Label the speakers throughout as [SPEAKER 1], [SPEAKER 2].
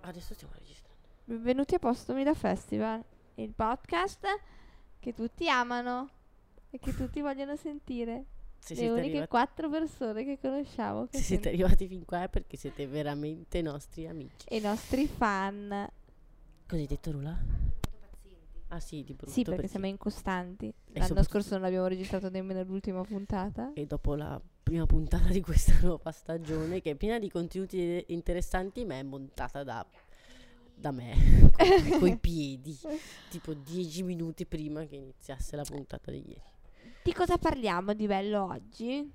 [SPEAKER 1] Adesso stiamo registrando.
[SPEAKER 2] Benvenuti a Postumi da Festival, il podcast che tutti amano e che tutti vogliono sentire.
[SPEAKER 1] Se
[SPEAKER 2] Le
[SPEAKER 1] siete,
[SPEAKER 2] uniche
[SPEAKER 1] arrivati,
[SPEAKER 2] quattro persone che conosciamo che
[SPEAKER 1] se siete
[SPEAKER 2] sen-
[SPEAKER 1] arrivati fin qua è perché siete veramente nostri amici.
[SPEAKER 2] e i nostri fan.
[SPEAKER 1] Così detto Rula? Ah sì, di brutto.
[SPEAKER 2] sì, perché,
[SPEAKER 1] perché-
[SPEAKER 2] siamo incostanti. L'anno
[SPEAKER 1] soprattutto-
[SPEAKER 2] scorso non abbiamo registrato nemmeno l'ultima puntata.
[SPEAKER 1] E dopo la prima puntata di questa nuova stagione, che è piena di contenuti interessanti, ma è montata da, da me, coi, coi piedi, tipo dieci minuti prima che iniziasse la puntata di ieri.
[SPEAKER 2] Di cosa parliamo di bello oggi?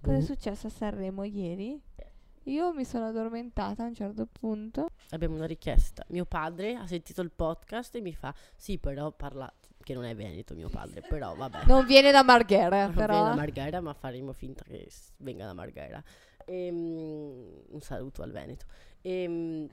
[SPEAKER 2] Cosa è
[SPEAKER 1] Boh.
[SPEAKER 2] successo a Sanremo ieri?
[SPEAKER 1] Eh.
[SPEAKER 2] Io mi sono addormentata a un certo punto.
[SPEAKER 1] Abbiamo una richiesta. Mio padre ha sentito il podcast e mi fa: Sì, però parla. Che non è veneto mio padre, però vabbè.
[SPEAKER 2] Non viene da Marghera,
[SPEAKER 1] Non viene
[SPEAKER 2] Eh, però.
[SPEAKER 1] da Marghera, ma faremo finta che s- venga da Marghera. Ehm, un saluto al Veneto. Ehm,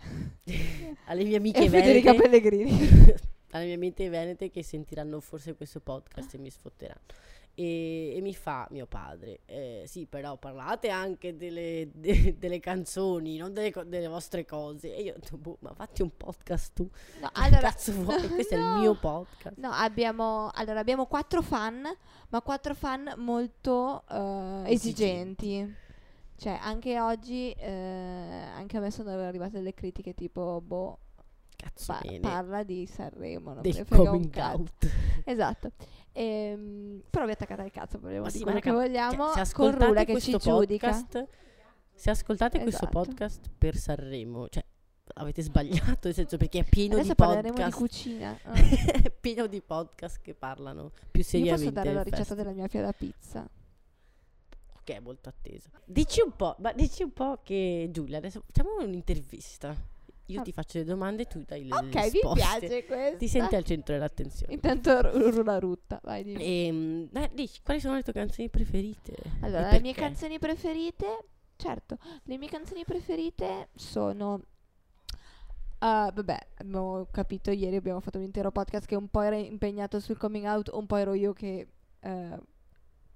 [SPEAKER 1] alle mie amiche
[SPEAKER 2] e Federica
[SPEAKER 1] venete.
[SPEAKER 2] Pellegrini.
[SPEAKER 1] alle mie amiche venete che sentiranno forse questo podcast e mi sfotteranno. E, e mi fa mio padre, "Eh, sì, però parlate anche delle, de- delle canzoni, non delle, co- delle vostre cose. E io ho detto, boh, ma fatti un podcast tu.
[SPEAKER 2] No,
[SPEAKER 1] Allora,
[SPEAKER 2] allora,
[SPEAKER 1] cazzo vuoi? Questo è
[SPEAKER 2] no.
[SPEAKER 1] il mio podcast.
[SPEAKER 2] No, abbiamo, allora, abbiamo quattro fan, ma quattro fan molto eh,
[SPEAKER 1] Esigenti.
[SPEAKER 2] esigenti. Cioè, anche oggi, eh, anche a me sono arrivate delle critiche tipo, boh,
[SPEAKER 1] Cazzo,
[SPEAKER 2] pa-
[SPEAKER 1] bene.
[SPEAKER 2] parla di Sanremo, non me ne
[SPEAKER 1] del
[SPEAKER 2] frega un
[SPEAKER 1] coming
[SPEAKER 2] cazzo.
[SPEAKER 1] out.
[SPEAKER 2] Esatto. Ehm, però vi attaccate al cazzo, parliamo
[SPEAKER 1] Ma
[SPEAKER 2] di
[SPEAKER 1] sì, ma
[SPEAKER 2] quello che
[SPEAKER 1] raga,
[SPEAKER 2] vogliamo,
[SPEAKER 1] Cioè, se
[SPEAKER 2] con Rula
[SPEAKER 1] ascoltate
[SPEAKER 2] che ci
[SPEAKER 1] questo
[SPEAKER 2] giudica.
[SPEAKER 1] podcast, se ascoltate questo
[SPEAKER 2] Esatto.
[SPEAKER 1] podcast per Sanremo, cioè avete sbagliato, nel senso perché è pieno
[SPEAKER 2] Adesso
[SPEAKER 1] di
[SPEAKER 2] parleremo
[SPEAKER 1] podcast,
[SPEAKER 2] di cucina. Ah.
[SPEAKER 1] è pieno di podcast che parlano più
[SPEAKER 2] Io
[SPEAKER 1] seriamente
[SPEAKER 2] posso dare la
[SPEAKER 1] del
[SPEAKER 2] ricetta
[SPEAKER 1] festival,
[SPEAKER 2] della mia fia da pizza.
[SPEAKER 1] che è molto attesa. Dici un po', ma dici un po' che Giulia, adesso facciamo un'intervista. Io
[SPEAKER 2] Ah.
[SPEAKER 1] ti faccio le domande e tu dai le
[SPEAKER 2] Ok,
[SPEAKER 1] risposte.
[SPEAKER 2] mi piace questo.
[SPEAKER 1] Ti senti al centro dell'attenzione.
[SPEAKER 2] Intanto ru- rula rutta, vai dimmi.
[SPEAKER 1] Ehm, dai, dici, quali sono le tue canzoni preferite? E
[SPEAKER 2] Allora, le mie
[SPEAKER 1] perché?
[SPEAKER 2] canzoni preferite, certo, le mie canzoni preferite sono... Ah, vabbè, abbiamo capito ieri, abbiamo fatto un intero podcast che un po' era impegnato sul coming out, un po' ero io che eh,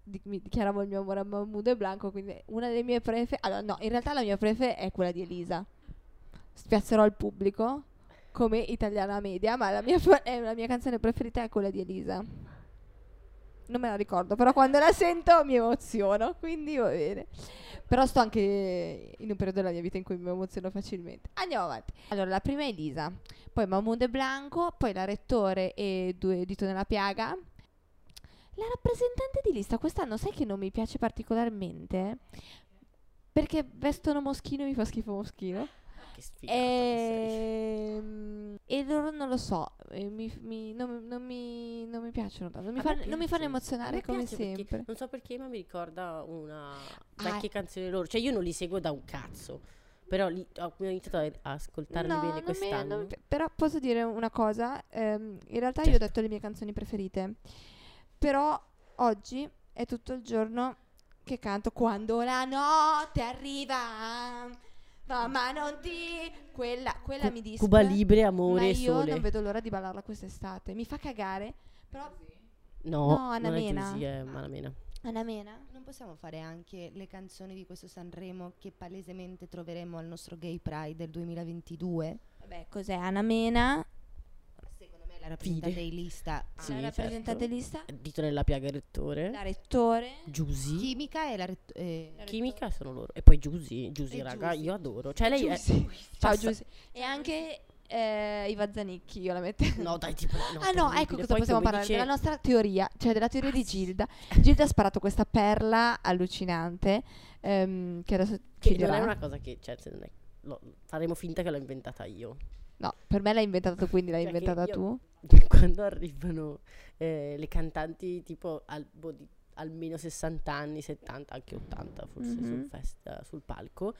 [SPEAKER 2] di- mi dichiaravo il mio amore a Mahmood e Blanco, quindi una delle mie prefe... Allora, no, in realtà la mia prefe è quella di Elisa. Spiazzerò il pubblico come italiana media, ma la mia, eh, la mia canzone preferita è quella di Elisa. Non me la ricordo, però quando la sento mi emoziono, quindi va bene. Però sto anche in un periodo della mia vita in cui mi emoziono facilmente. Andiamo avanti. Allora, la prima è Elisa, poi Mahmoud e Blanco, poi la Rettore e Due Dito nella Piaga. La rappresentante di lista quest'anno, sai che non mi piace particolarmente? Perché vestono Moschino e mi fa schifo Moschino.
[SPEAKER 1] Che sfigata che
[SPEAKER 2] Eh,
[SPEAKER 1] sei.
[SPEAKER 2] Ehm, E, loro non lo so, eh, mi, mi- non, non mi, non mi piacciono tanto, non mi,
[SPEAKER 1] A me
[SPEAKER 2] fanno- non mi fanno
[SPEAKER 1] piace. A
[SPEAKER 2] emozionare
[SPEAKER 1] me
[SPEAKER 2] come
[SPEAKER 1] piace perché
[SPEAKER 2] sempre.
[SPEAKER 1] Non so perché, ma mi ricorda una vecchia canzone loro. Cioè, io non li seguo da un cazzo. Però li, ho ho iniziato a, a ascoltarli
[SPEAKER 2] No, non
[SPEAKER 1] bene
[SPEAKER 2] mi-
[SPEAKER 1] quest'anno.
[SPEAKER 2] non mi pi- però posso dire una cosa, ehm, in realtà io ho
[SPEAKER 1] Certo.
[SPEAKER 2] detto le mie canzoni preferite, però oggi è tutto il giorno che canto quando la notte arriva, ma, ma non ti... quella, quella
[SPEAKER 1] Cu-
[SPEAKER 2] mi dispera.
[SPEAKER 1] Cuba Libre,
[SPEAKER 2] ma
[SPEAKER 1] Amore e
[SPEAKER 2] io
[SPEAKER 1] Sole.
[SPEAKER 2] non vedo l'ora di ballarla quest'estate, mi fa cagare, però...
[SPEAKER 1] no,
[SPEAKER 2] no, Anna
[SPEAKER 1] non è
[SPEAKER 2] Mena. Ah.
[SPEAKER 1] così, è Manamena.
[SPEAKER 2] Anna Mena?
[SPEAKER 3] Non possiamo fare anche le canzoni di questo Sanremo che palesemente troveremo al nostro Gay Pride del 2022?
[SPEAKER 2] Vabbè, cos'è Anna Mena?
[SPEAKER 3] Secondo me la rappresentante
[SPEAKER 1] Fide.
[SPEAKER 3] di lista
[SPEAKER 1] Sì, certo.
[SPEAKER 2] la rappresentante lista?
[SPEAKER 1] Dito nella piaga il rettore.
[SPEAKER 2] La rettore?
[SPEAKER 1] Giusy.
[SPEAKER 3] chimica e la... ret- eh,
[SPEAKER 1] Chimica sono loro. E poi Giusy. Giusy,
[SPEAKER 3] E
[SPEAKER 1] raga,
[SPEAKER 3] Giusy.
[SPEAKER 1] io adoro. Cioè, lei è...
[SPEAKER 2] Ciao
[SPEAKER 1] passa-
[SPEAKER 2] Giuse. E anche eh, Iva Zanicchi, io la metto.
[SPEAKER 1] No, dai, tipo...
[SPEAKER 2] ah no, ecco cosa possiamo parlare, della nostra teoria, cioè della
[SPEAKER 1] Ah,
[SPEAKER 2] teoria di Gilda. Gilda ha sparato questa perla allucinante ehm, che adesso
[SPEAKER 1] Che
[SPEAKER 2] ci
[SPEAKER 1] non
[SPEAKER 2] dirà.
[SPEAKER 1] è una cosa che... Cioè, se non è- lo- faremo finta che l'ho inventata io.
[SPEAKER 2] No, per me l'hai inventata tu, quindi l'hai
[SPEAKER 1] Cioè che
[SPEAKER 2] inventata
[SPEAKER 1] io-
[SPEAKER 2] tu.
[SPEAKER 1] quando arrivano eh, le cantanti tipo al, boh, di almeno 60 anni, 70, anche 80 forse
[SPEAKER 2] Mhm.
[SPEAKER 1] sul, fest- sul palco,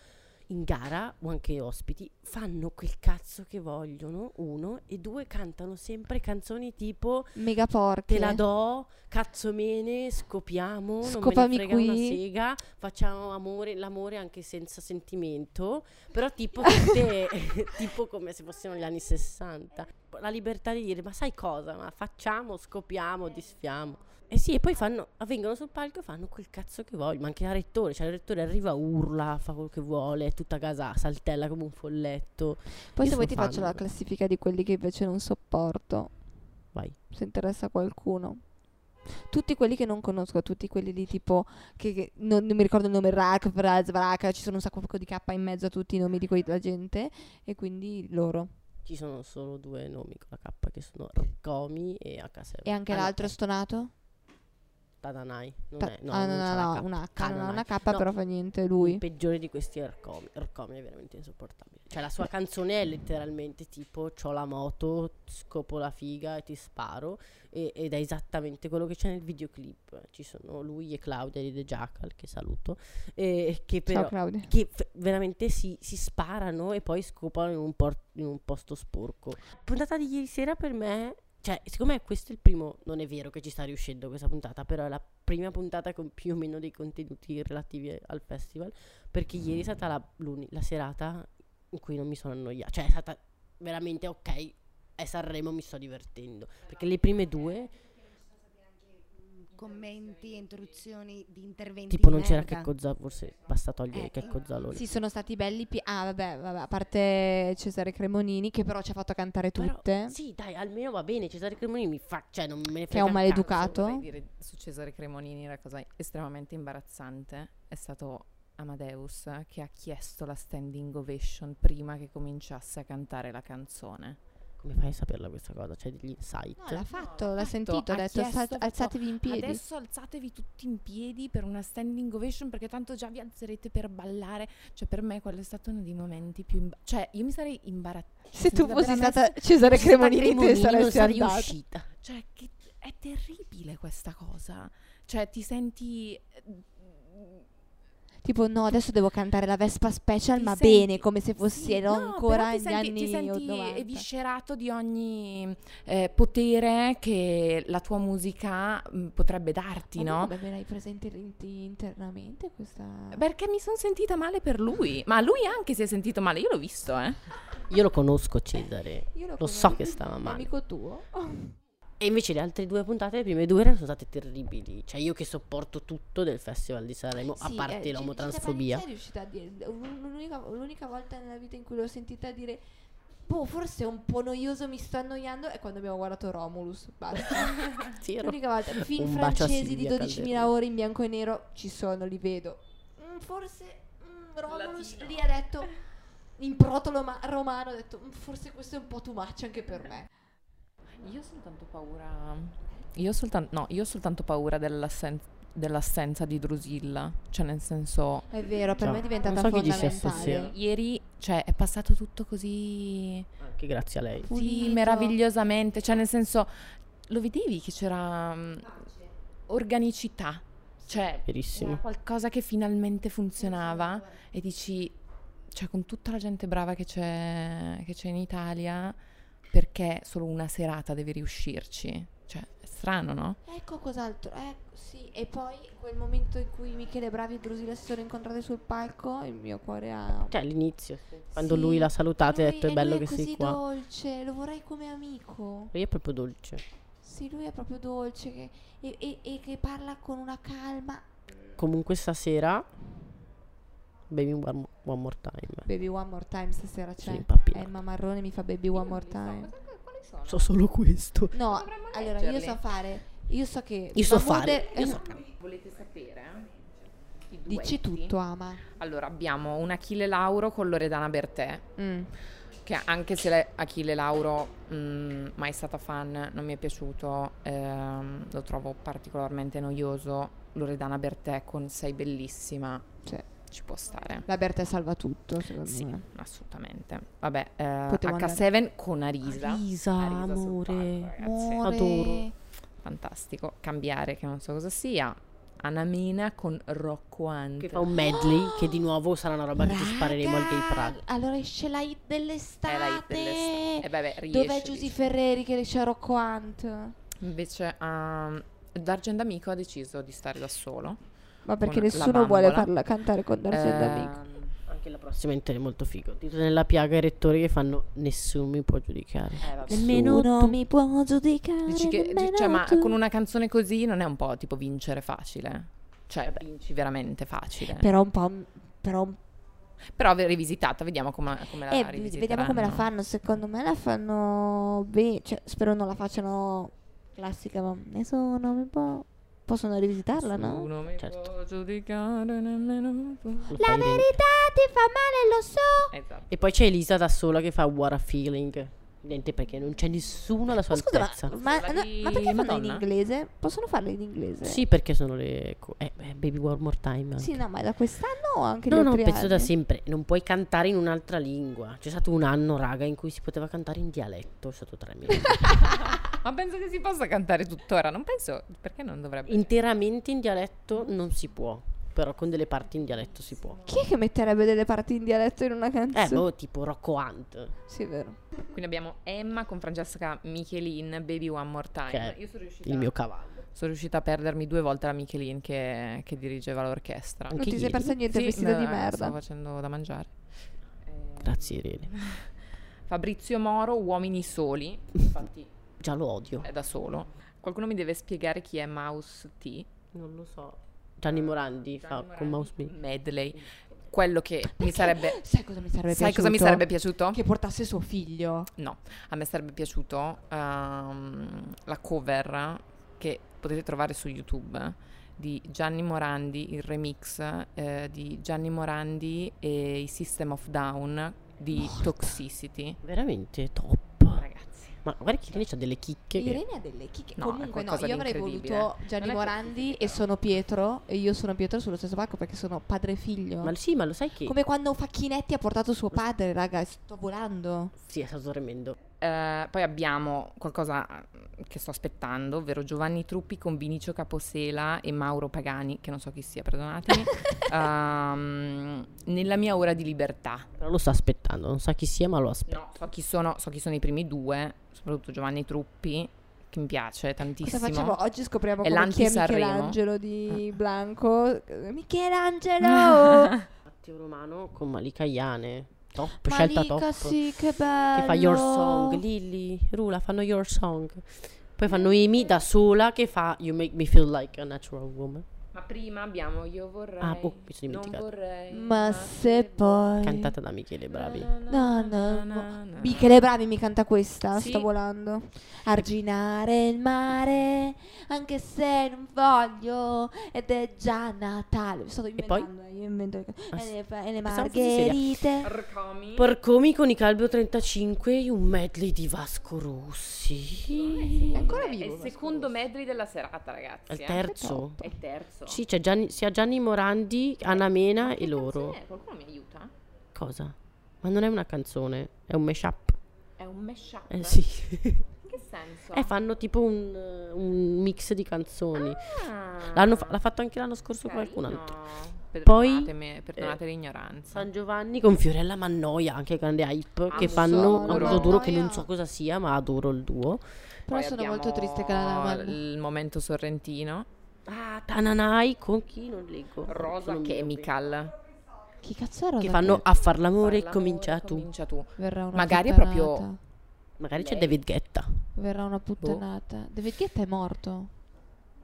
[SPEAKER 1] in gara o anche ospiti, fanno quel cazzo che vogliono, uno, e due cantano sempre canzoni tipo
[SPEAKER 2] Mega porche.
[SPEAKER 1] te la do, cazzo mene, scopiamo,
[SPEAKER 2] Scopami
[SPEAKER 1] non me ne frega una
[SPEAKER 2] qui.
[SPEAKER 1] sega, facciamo amore, l'amore anche senza sentimento, però tipo tutte, tipo come se fossero gli anni 60. La libertà di dire, ma sai cosa, ma facciamo, scopiamo, disfiamo. Eh sì, e poi fanno, vengono sul palco e fanno quel cazzo che vogliono, ma anche la rettore, cioè il rettore arriva, urla, fa quello che vuole, è tutta casa, saltella come un folletto.
[SPEAKER 2] Poi
[SPEAKER 1] Io
[SPEAKER 2] se
[SPEAKER 1] sono
[SPEAKER 2] vuoi ti faccio
[SPEAKER 1] fan.
[SPEAKER 2] la classifica di quelli che invece non sopporto.
[SPEAKER 1] Vai.
[SPEAKER 2] Se interessa a qualcuno. Tutti quelli che non conosco, tutti quelli lì tipo che, che- non, non mi ricordo il nome Rack, Vraz, Vraka, ci sono un sacco di K in mezzo a tutti i nomi di quella gente e quindi loro.
[SPEAKER 1] Ci sono solo due nomi con la K che sono Rkomi e HSM.
[SPEAKER 2] E anche
[SPEAKER 1] Ah, no,
[SPEAKER 2] l'altro stonato?
[SPEAKER 1] Tadanai. Non
[SPEAKER 2] Ta-
[SPEAKER 1] è, no,
[SPEAKER 2] ah, no,
[SPEAKER 1] non c'ha
[SPEAKER 2] no,
[SPEAKER 1] la
[SPEAKER 2] no,
[SPEAKER 1] K.
[SPEAKER 2] una K,
[SPEAKER 1] Ah,
[SPEAKER 2] non ha
[SPEAKER 1] no,
[SPEAKER 2] una
[SPEAKER 1] no.
[SPEAKER 2] K,
[SPEAKER 1] No,
[SPEAKER 2] però fa niente lui.
[SPEAKER 1] Il peggiore di questi è Rkomi. Rkomi è veramente insopportabile. Cioè la sua canzone è letteralmente tipo c'ho la moto, scopo la figa e ti sparo e- ed è esattamente quello che c'è nel videoclip. Ci sono lui e Claudia di The Jackal che saluto e che però
[SPEAKER 2] Ciao Claudia.
[SPEAKER 1] che f- veramente si, si sparano e poi scopano in un, por- in un posto sporco. Puntata di ieri sera per me, cioè, siccome questo è il primo, non è vero che ci sta riuscendo questa puntata, però è la prima puntata con più o meno dei contenuti relativi al festival, perché ieri è stata la, l'uni- la serata in cui non mi sono annoiata, cioè è stata veramente ok, a Sanremo mi sto divertendo, perché le prime due,
[SPEAKER 3] Commenti, interruzioni di interventi.
[SPEAKER 1] tipo
[SPEAKER 3] di
[SPEAKER 1] non c'era
[SPEAKER 3] merda.
[SPEAKER 1] Checco Zalone, forse basta togliere
[SPEAKER 3] Eh,
[SPEAKER 1] Checco Zalone.
[SPEAKER 2] Sì, sono stati belli. pi- ah, vabbè, vabbè, a parte Cesare Cremonini, che però ci ha fatto cantare
[SPEAKER 1] Però-
[SPEAKER 2] tutte.
[SPEAKER 1] sì, dai, almeno va bene. Cesare Cremonini mi fa. Cioè, non me ne frega
[SPEAKER 2] Che è un
[SPEAKER 1] cazzo.
[SPEAKER 2] maleducato.
[SPEAKER 4] Vorrei dire su Cesare Cremonini una cosa estremamente imbarazzante. È stato Amadeus che ha chiesto la standing ovation prima che cominciasse a cantare la canzone.
[SPEAKER 1] Come fai a saperla questa cosa? Cioè, degli insight.
[SPEAKER 2] No, l'ha fatto, l'ha sentito, ha
[SPEAKER 4] ha
[SPEAKER 2] detto
[SPEAKER 4] chiesto,
[SPEAKER 2] "Alza-
[SPEAKER 4] ha fatto,
[SPEAKER 2] alzatevi in piedi.
[SPEAKER 4] Adesso alzatevi tutti in piedi per una standing ovation perché tanto già vi alzerete per ballare. Cioè per me quello è stato uno dei momenti più... imba- cioè io mi sarei imbarazzata.
[SPEAKER 2] Se tu
[SPEAKER 4] sentita
[SPEAKER 2] fossi
[SPEAKER 4] veramente-
[SPEAKER 2] stata
[SPEAKER 1] Stata
[SPEAKER 2] Cesare Cremonini, te
[SPEAKER 1] Cremonini non
[SPEAKER 2] saresti
[SPEAKER 1] sarei
[SPEAKER 2] andata.
[SPEAKER 1] uscita.
[SPEAKER 4] Cioè, che è terribile questa cosa. Cioè, ti senti. eh,
[SPEAKER 2] Tipo, no, adesso devo cantare la Vespa Special,
[SPEAKER 4] ti
[SPEAKER 2] ma
[SPEAKER 4] senti-
[SPEAKER 2] bene, come se
[SPEAKER 4] sì,
[SPEAKER 2] fossero
[SPEAKER 4] no,
[SPEAKER 2] ancora
[SPEAKER 4] però
[SPEAKER 2] gli
[SPEAKER 4] ti senti,
[SPEAKER 2] anni
[SPEAKER 4] ti senti
[SPEAKER 2] 90.
[SPEAKER 4] eviscerato di ogni eh, potere che la tua musica mh, potrebbe darti,
[SPEAKER 2] Ma
[SPEAKER 4] no? Eh
[SPEAKER 2] tu Come l'hai presente in- internamente questa...
[SPEAKER 4] Perché mi sono sentita male per lui, ma lui anche si è sentito male, io l'ho visto, eh.
[SPEAKER 1] Io lo conosco, Cesare.
[SPEAKER 2] Io
[SPEAKER 1] Lo so che stava male.
[SPEAKER 2] Amico tuo?
[SPEAKER 1] E invece le altre due puntate, le prime due, sono state terribili. Cioè, io che sopporto tutto del Festival di Sanremo,
[SPEAKER 2] eh,
[SPEAKER 1] a parte l'omotransfobia.
[SPEAKER 2] è riuscita a dire, l'unica, l'unica volta nella vita in cui l'ho sentita dire, boh, forse è un po' noioso, mi sto annoiando, è quando abbiamo guardato Romulus, basta.
[SPEAKER 1] Sì, ero-
[SPEAKER 2] L'unica volta, film
[SPEAKER 1] Un bacio a
[SPEAKER 2] francesi di
[SPEAKER 1] Silvia
[SPEAKER 2] 12.000
[SPEAKER 1] Calderoni.
[SPEAKER 2] ore in bianco e nero ci sono, li vedo. Mm, forse mm, Romulus lì ha detto in protolo ma- romano, ha detto "Mm, forse questo è un po' too much anche per me.
[SPEAKER 4] Io ho soltanto paura. Io ho soltan- no, io ho soltanto paura dell'assen- dell'assenza di Drusilla. Cioè, nel senso.
[SPEAKER 2] È vero, per
[SPEAKER 1] Ciao.
[SPEAKER 2] me è diventata
[SPEAKER 1] Non so chi ci sia
[SPEAKER 2] fondamentale.
[SPEAKER 1] stasera.
[SPEAKER 4] Ieri, cioè, è passato tutto così.
[SPEAKER 1] Anche grazie a lei.
[SPEAKER 4] Sì,
[SPEAKER 2] Pulito.
[SPEAKER 4] meravigliosamente, cioè nel senso lo vedevi che c'era mm, organicità, cioè era
[SPEAKER 1] Verissimo.
[SPEAKER 4] qualcosa che finalmente funzionava e dici cioè con tutta la gente brava che c'è che c'è in Italia perché solo una serata devi riuscirci? Cioè è strano, no?
[SPEAKER 2] Ecco cos'altro, ecco sì. E poi quel momento in cui Michele Bravi e Drusilla si sono incontrate sul palco, il mio cuore ha...
[SPEAKER 1] Cioè, all'inizio, quando
[SPEAKER 2] Sì.
[SPEAKER 1] lui l'ha salutata e ha
[SPEAKER 2] Lui-
[SPEAKER 1] detto: È
[SPEAKER 2] e
[SPEAKER 1] bello
[SPEAKER 2] lui
[SPEAKER 1] che sei
[SPEAKER 2] così
[SPEAKER 1] qua.
[SPEAKER 2] dolce, lo vorrei come amico.
[SPEAKER 1] Lui è proprio dolce.
[SPEAKER 2] Sì, lui è proprio dolce che- e- e- e che parla con una calma
[SPEAKER 1] Comunque, stasera. Baby one, one more time.
[SPEAKER 2] Baby One More Time stasera
[SPEAKER 1] Sono
[SPEAKER 2] c'è.
[SPEAKER 1] impappinato.
[SPEAKER 2] Emma Marrone mi fa Baby One More Time.
[SPEAKER 4] Quali sono?
[SPEAKER 1] So solo questo.
[SPEAKER 2] No,
[SPEAKER 4] Dovremmo
[SPEAKER 2] allora io
[SPEAKER 4] leggerli.
[SPEAKER 2] so fare. Io so che.
[SPEAKER 1] Io so
[SPEAKER 2] Mahmood
[SPEAKER 1] fare,
[SPEAKER 2] è-
[SPEAKER 1] io so
[SPEAKER 4] Volete sapere? eh? I
[SPEAKER 2] Dici
[SPEAKER 4] duetti?
[SPEAKER 2] tutto, Ama.
[SPEAKER 4] Allora abbiamo un Achille Lauro con Loredana Bertè.
[SPEAKER 2] Mm,
[SPEAKER 4] che anche se le- Achille Lauro mh, mai stata fan, non mi è piaciuto, ehm, lo trovo particolarmente noioso. Loredana Bertè con Sei bellissima
[SPEAKER 2] Sì.
[SPEAKER 4] ci può stare.
[SPEAKER 2] cioè, La Berta salva tutto, secondo
[SPEAKER 4] Sì,
[SPEAKER 2] me.
[SPEAKER 4] assolutamente. Vabbè, eh,
[SPEAKER 2] Potevo
[SPEAKER 4] H7 con Arisa.
[SPEAKER 1] Risa,
[SPEAKER 4] Arisa sul palco,
[SPEAKER 1] amore.
[SPEAKER 4] ragazzi.
[SPEAKER 2] Amore.
[SPEAKER 1] Adoro.
[SPEAKER 4] Fantastico. Cambiare, che non so cosa sia. Anamena con Rocco Hunt.
[SPEAKER 1] Che fa un medley che di nuovo sarà una roba che ci spareremo al Gay Pride.
[SPEAKER 2] Allora esce la hit dell'estate.
[SPEAKER 4] È la hit dell'estate. E vabbè, riesce.
[SPEAKER 2] Dov'è Giusy
[SPEAKER 4] dice.
[SPEAKER 2] Ferreri che esce a Rocco Hunt?
[SPEAKER 4] Invece, ehm, D'Argent Amico ha deciso di stare da solo.
[SPEAKER 2] Ma perché
[SPEAKER 4] Con la
[SPEAKER 2] nessuno vuole
[SPEAKER 4] bambola.
[SPEAKER 2] farla cantare con Darcy
[SPEAKER 4] Ehm,
[SPEAKER 2] D'Amico.
[SPEAKER 1] che la prossima in tele è molto figo. Dito nella piaga i rettori che fanno nessuno mi può giudicare.
[SPEAKER 4] Eh, vabbè.
[SPEAKER 1] Nemmeno
[SPEAKER 2] Nessuno
[SPEAKER 1] tu.
[SPEAKER 2] mi può giudicare.
[SPEAKER 4] Dici che,
[SPEAKER 2] nemmeno
[SPEAKER 4] cioè, ma
[SPEAKER 2] tu.
[SPEAKER 4] con una canzone così non è un po' tipo vincere facile. Cioè, vinci veramente facile.
[SPEAKER 2] Però un po'. m- Però un
[SPEAKER 4] Però ve- rivisitata, vediamo come, come la
[SPEAKER 2] Eh,
[SPEAKER 4] rivisiteranno.
[SPEAKER 2] vediamo come la fanno. Secondo me la fanno bene. Cioè, spero non la facciano classica, ma nessuno mi può. Possono rivisitarla, no?
[SPEAKER 4] Nessuno mi
[SPEAKER 1] Certo.
[SPEAKER 4] può giudicare nemmeno tu.
[SPEAKER 1] Lo
[SPEAKER 2] La
[SPEAKER 1] fai dentro.
[SPEAKER 2] verità ti fa male, lo so.
[SPEAKER 4] Esatto.
[SPEAKER 1] E poi c'è Elisa da sola che fa what a feeling. Niente perché non c'è nessuno alla sua
[SPEAKER 2] Ma scusa,
[SPEAKER 1] altezza.
[SPEAKER 2] ma, ma-
[SPEAKER 4] Quella
[SPEAKER 2] no,
[SPEAKER 4] di
[SPEAKER 2] ma perché fanno in
[SPEAKER 4] Madonna?
[SPEAKER 2] inglese? Possono farla in inglese?
[SPEAKER 1] Sì, perché sono le. co- eh, eh, Baby One More Time.
[SPEAKER 2] Sì,
[SPEAKER 1] anche.
[SPEAKER 2] no, ma è da quest'anno o anche
[SPEAKER 1] No,
[SPEAKER 2] gli
[SPEAKER 1] no,
[SPEAKER 2] altri
[SPEAKER 1] penso da
[SPEAKER 2] anni?
[SPEAKER 1] sempre. Non puoi cantare in un'altra lingua. C'è stato un anno, raga, in cui si poteva cantare in dialetto. È stato tremendo.
[SPEAKER 4] Ma penso che si possa cantare tuttora. Non penso. Perché non dovrebbe?
[SPEAKER 1] Interamente in dialetto non si può. Però con delle parti in dialetto si può.
[SPEAKER 2] Chi è che metterebbe delle parti in dialetto in una
[SPEAKER 1] Eh,
[SPEAKER 2] canzone?
[SPEAKER 1] boh, tipo Rocco Hunt.
[SPEAKER 2] Sì, è vero.
[SPEAKER 4] Quindi abbiamo Emma con Francesca Michelin, Baby One More Time.
[SPEAKER 1] Che è
[SPEAKER 4] Io sono riuscita,
[SPEAKER 1] Il mio cavallo.
[SPEAKER 4] sono riuscita a perdermi due volte la Michelin che, che dirigeva l'orchestra.
[SPEAKER 1] Anche
[SPEAKER 2] Non ti
[SPEAKER 1] ieri.
[SPEAKER 2] sei persa niente,
[SPEAKER 4] Sì,
[SPEAKER 2] vestito di
[SPEAKER 4] ma Stavo
[SPEAKER 2] merda.
[SPEAKER 4] facendo da mangiare. Eh,
[SPEAKER 1] Grazie, Irene.
[SPEAKER 4] Fabrizio Moro, Uomini Soli. Infatti
[SPEAKER 1] Già lo odio.
[SPEAKER 4] è da solo. Qualcuno mi deve spiegare chi è Mouse T.
[SPEAKER 1] Non lo so. Gianni Morandi fa
[SPEAKER 4] Gianni
[SPEAKER 1] con Mouse
[SPEAKER 4] Morandi,
[SPEAKER 1] Me.
[SPEAKER 4] Medley. Quello che mi sarebbe.
[SPEAKER 2] Sai cosa mi sarebbe
[SPEAKER 4] Sai cosa mi
[SPEAKER 2] piaciuto?
[SPEAKER 4] sarebbe piaciuto?
[SPEAKER 2] Che portasse suo figlio.
[SPEAKER 4] No, a me sarebbe piaciuto ehm, la cover che potete trovare su YouTube di Gianni Morandi, il remix eh, di Gianni Morandi e i System of Down di Toxicity.
[SPEAKER 1] Veramente top.
[SPEAKER 4] Ragazzi.
[SPEAKER 1] Ma guarda che Irene c'ha delle chicche. che-
[SPEAKER 2] Irene ha delle chicche.
[SPEAKER 4] No, è
[SPEAKER 2] Comunque, no,
[SPEAKER 4] qualcosa
[SPEAKER 2] io
[SPEAKER 4] di
[SPEAKER 2] avrei
[SPEAKER 4] incredibile.
[SPEAKER 2] voluto
[SPEAKER 4] Non
[SPEAKER 2] Gianni
[SPEAKER 4] è
[SPEAKER 2] Morandi
[SPEAKER 4] così, però.
[SPEAKER 2] e sono Pietro. E io sono Pietro sullo stesso palco perché sono padre e figlio.
[SPEAKER 1] Ma sì, ma lo sai che.
[SPEAKER 2] Come quando Facchinetti ha portato suo padre, raga. Sto volando.
[SPEAKER 1] Sì, è stato tremendo.
[SPEAKER 4] Eh, poi abbiamo qualcosa mm, che sto aspettando, ovvero Giovanni Truppi con Vinicio Caposela e Mauro Pagani, che non so chi sia, perdonatemi, ehm, nella mia ora di libertà.
[SPEAKER 1] Però lo sta aspettando. Non sa chi sia, ma lo aspetta.
[SPEAKER 4] No, so chi sono, so chi sono i primi due, soprattutto Giovanni Truppi, che mi piace
[SPEAKER 2] Cosa
[SPEAKER 4] tantissimo.
[SPEAKER 2] facciamo? Oggi scopriamo
[SPEAKER 4] È
[SPEAKER 2] come chi è
[SPEAKER 4] l'anti-Sanremo. Ah.
[SPEAKER 2] Michelangelo di Blanco. Eh, Michelangelo!
[SPEAKER 1] Matteo Romano con Malika Iane. Top, scelta
[SPEAKER 2] Malika,
[SPEAKER 1] top.
[SPEAKER 2] sì, che bello.
[SPEAKER 1] Che fa Your Song. Lilly, Rula fanno Your Song. Poi fanno Amy da sola che fa You Make Me Feel Like a Natural Woman.
[SPEAKER 4] Ma prima abbiamo Io vorrei.
[SPEAKER 1] Ah, boh, mi sono dimenticata.
[SPEAKER 4] Non vorrei.
[SPEAKER 2] Ma se poi...
[SPEAKER 1] Cantata da Michele Bravi.
[SPEAKER 2] No, no,
[SPEAKER 4] no,
[SPEAKER 2] no.
[SPEAKER 4] no.
[SPEAKER 2] Michele Bravi mi canta questa,
[SPEAKER 4] Sì.
[SPEAKER 2] sto volando. Arginare il mare, anche se non voglio, ed è già Natale. Sto inventando, eh, io invento le cose.
[SPEAKER 1] Ah,
[SPEAKER 2] E
[SPEAKER 1] sì.
[SPEAKER 2] le, e le
[SPEAKER 1] Pensavo fosse seria.
[SPEAKER 2] margherite.
[SPEAKER 4] Arcomi.
[SPEAKER 1] Porcomi con i Calbio 35 un medley di Vasco Rossi.
[SPEAKER 2] È ancora
[SPEAKER 4] È
[SPEAKER 2] vivo,
[SPEAKER 4] il
[SPEAKER 2] Vasco
[SPEAKER 4] secondo medley della serata, ragazzi.
[SPEAKER 1] È il
[SPEAKER 4] eh.
[SPEAKER 1] terzo.
[SPEAKER 4] È il terzo.
[SPEAKER 1] Sì, c'è Gianni, sia Gianni Morandi, Anna
[SPEAKER 4] Ma
[SPEAKER 1] Mena
[SPEAKER 4] che
[SPEAKER 1] e loro.
[SPEAKER 4] canzone è? Qualcuno mi aiuta?
[SPEAKER 1] Cosa? Ma non è una canzone, è un mashup.
[SPEAKER 4] È un mashup.
[SPEAKER 1] Eh sì.
[SPEAKER 4] In che senso?
[SPEAKER 1] Eh, fanno tipo un, eh, un mix di canzoni.
[SPEAKER 4] Ah.
[SPEAKER 1] L'hanno fa- l'ha fatto anche l'anno scorso qualcun
[SPEAKER 4] Carino.
[SPEAKER 1] altro. Poi, eh,
[SPEAKER 4] Perdonatemi, perdonate l'ignoranza.
[SPEAKER 1] San Giovanni con Fiorella Mannoia, anche grande hype, che
[SPEAKER 4] Adoro.
[SPEAKER 1] fanno un duo duro che non
[SPEAKER 2] Mannoia.
[SPEAKER 1] so cosa sia, ma adoro il duo.
[SPEAKER 2] Però
[SPEAKER 4] Poi
[SPEAKER 2] sono
[SPEAKER 4] abbiamo
[SPEAKER 2] molto triste che la mamma.
[SPEAKER 4] Il momento sorrentino.
[SPEAKER 1] Ah, Tananai con chi non leggo.
[SPEAKER 4] Rosa
[SPEAKER 1] Non mi
[SPEAKER 4] Chemical.
[SPEAKER 2] Chi cazzo era?
[SPEAKER 1] ricordo. Che fanno a far l'amore
[SPEAKER 4] Parla,
[SPEAKER 1] comincia
[SPEAKER 4] amore,
[SPEAKER 1] tu.
[SPEAKER 4] Comincia tu.
[SPEAKER 2] Verrà una
[SPEAKER 4] Magari è
[SPEAKER 2] puttanata.
[SPEAKER 4] proprio-
[SPEAKER 1] Magari c'è
[SPEAKER 4] Lei.
[SPEAKER 1] David Guetta.
[SPEAKER 2] Verrà una
[SPEAKER 1] boh.
[SPEAKER 2] puttanata. David Guetta è morto.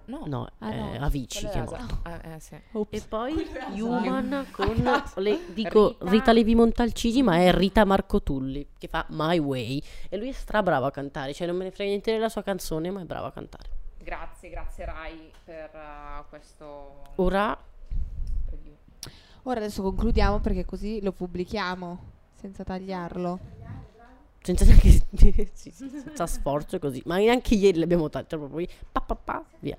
[SPEAKER 4] No.
[SPEAKER 1] No,
[SPEAKER 2] Ah, no.
[SPEAKER 1] eh, Avicii
[SPEAKER 4] Quella
[SPEAKER 1] che è
[SPEAKER 4] era-
[SPEAKER 1] morto.
[SPEAKER 4] Ah, eh, sì.
[SPEAKER 1] E poi Human con le- dico
[SPEAKER 4] Rita.
[SPEAKER 1] Rita. Levi Montalcini, ma è Rita Marcotulli che fa My Way e lui è strabravo a cantare, cioè non me ne frega niente della sua canzone, ma è bravo a cantare.
[SPEAKER 4] Grazie, grazie Rai per eh, questo
[SPEAKER 1] Ora
[SPEAKER 4] preview.
[SPEAKER 2] Ora adesso concludiamo perché così lo pubblichiamo senza tagliarlo.
[SPEAKER 1] senza neanche sì, sì, senza sforzo così, ma neanche ieri l'abbiamo tagliato proprio pa, pa, pa, via.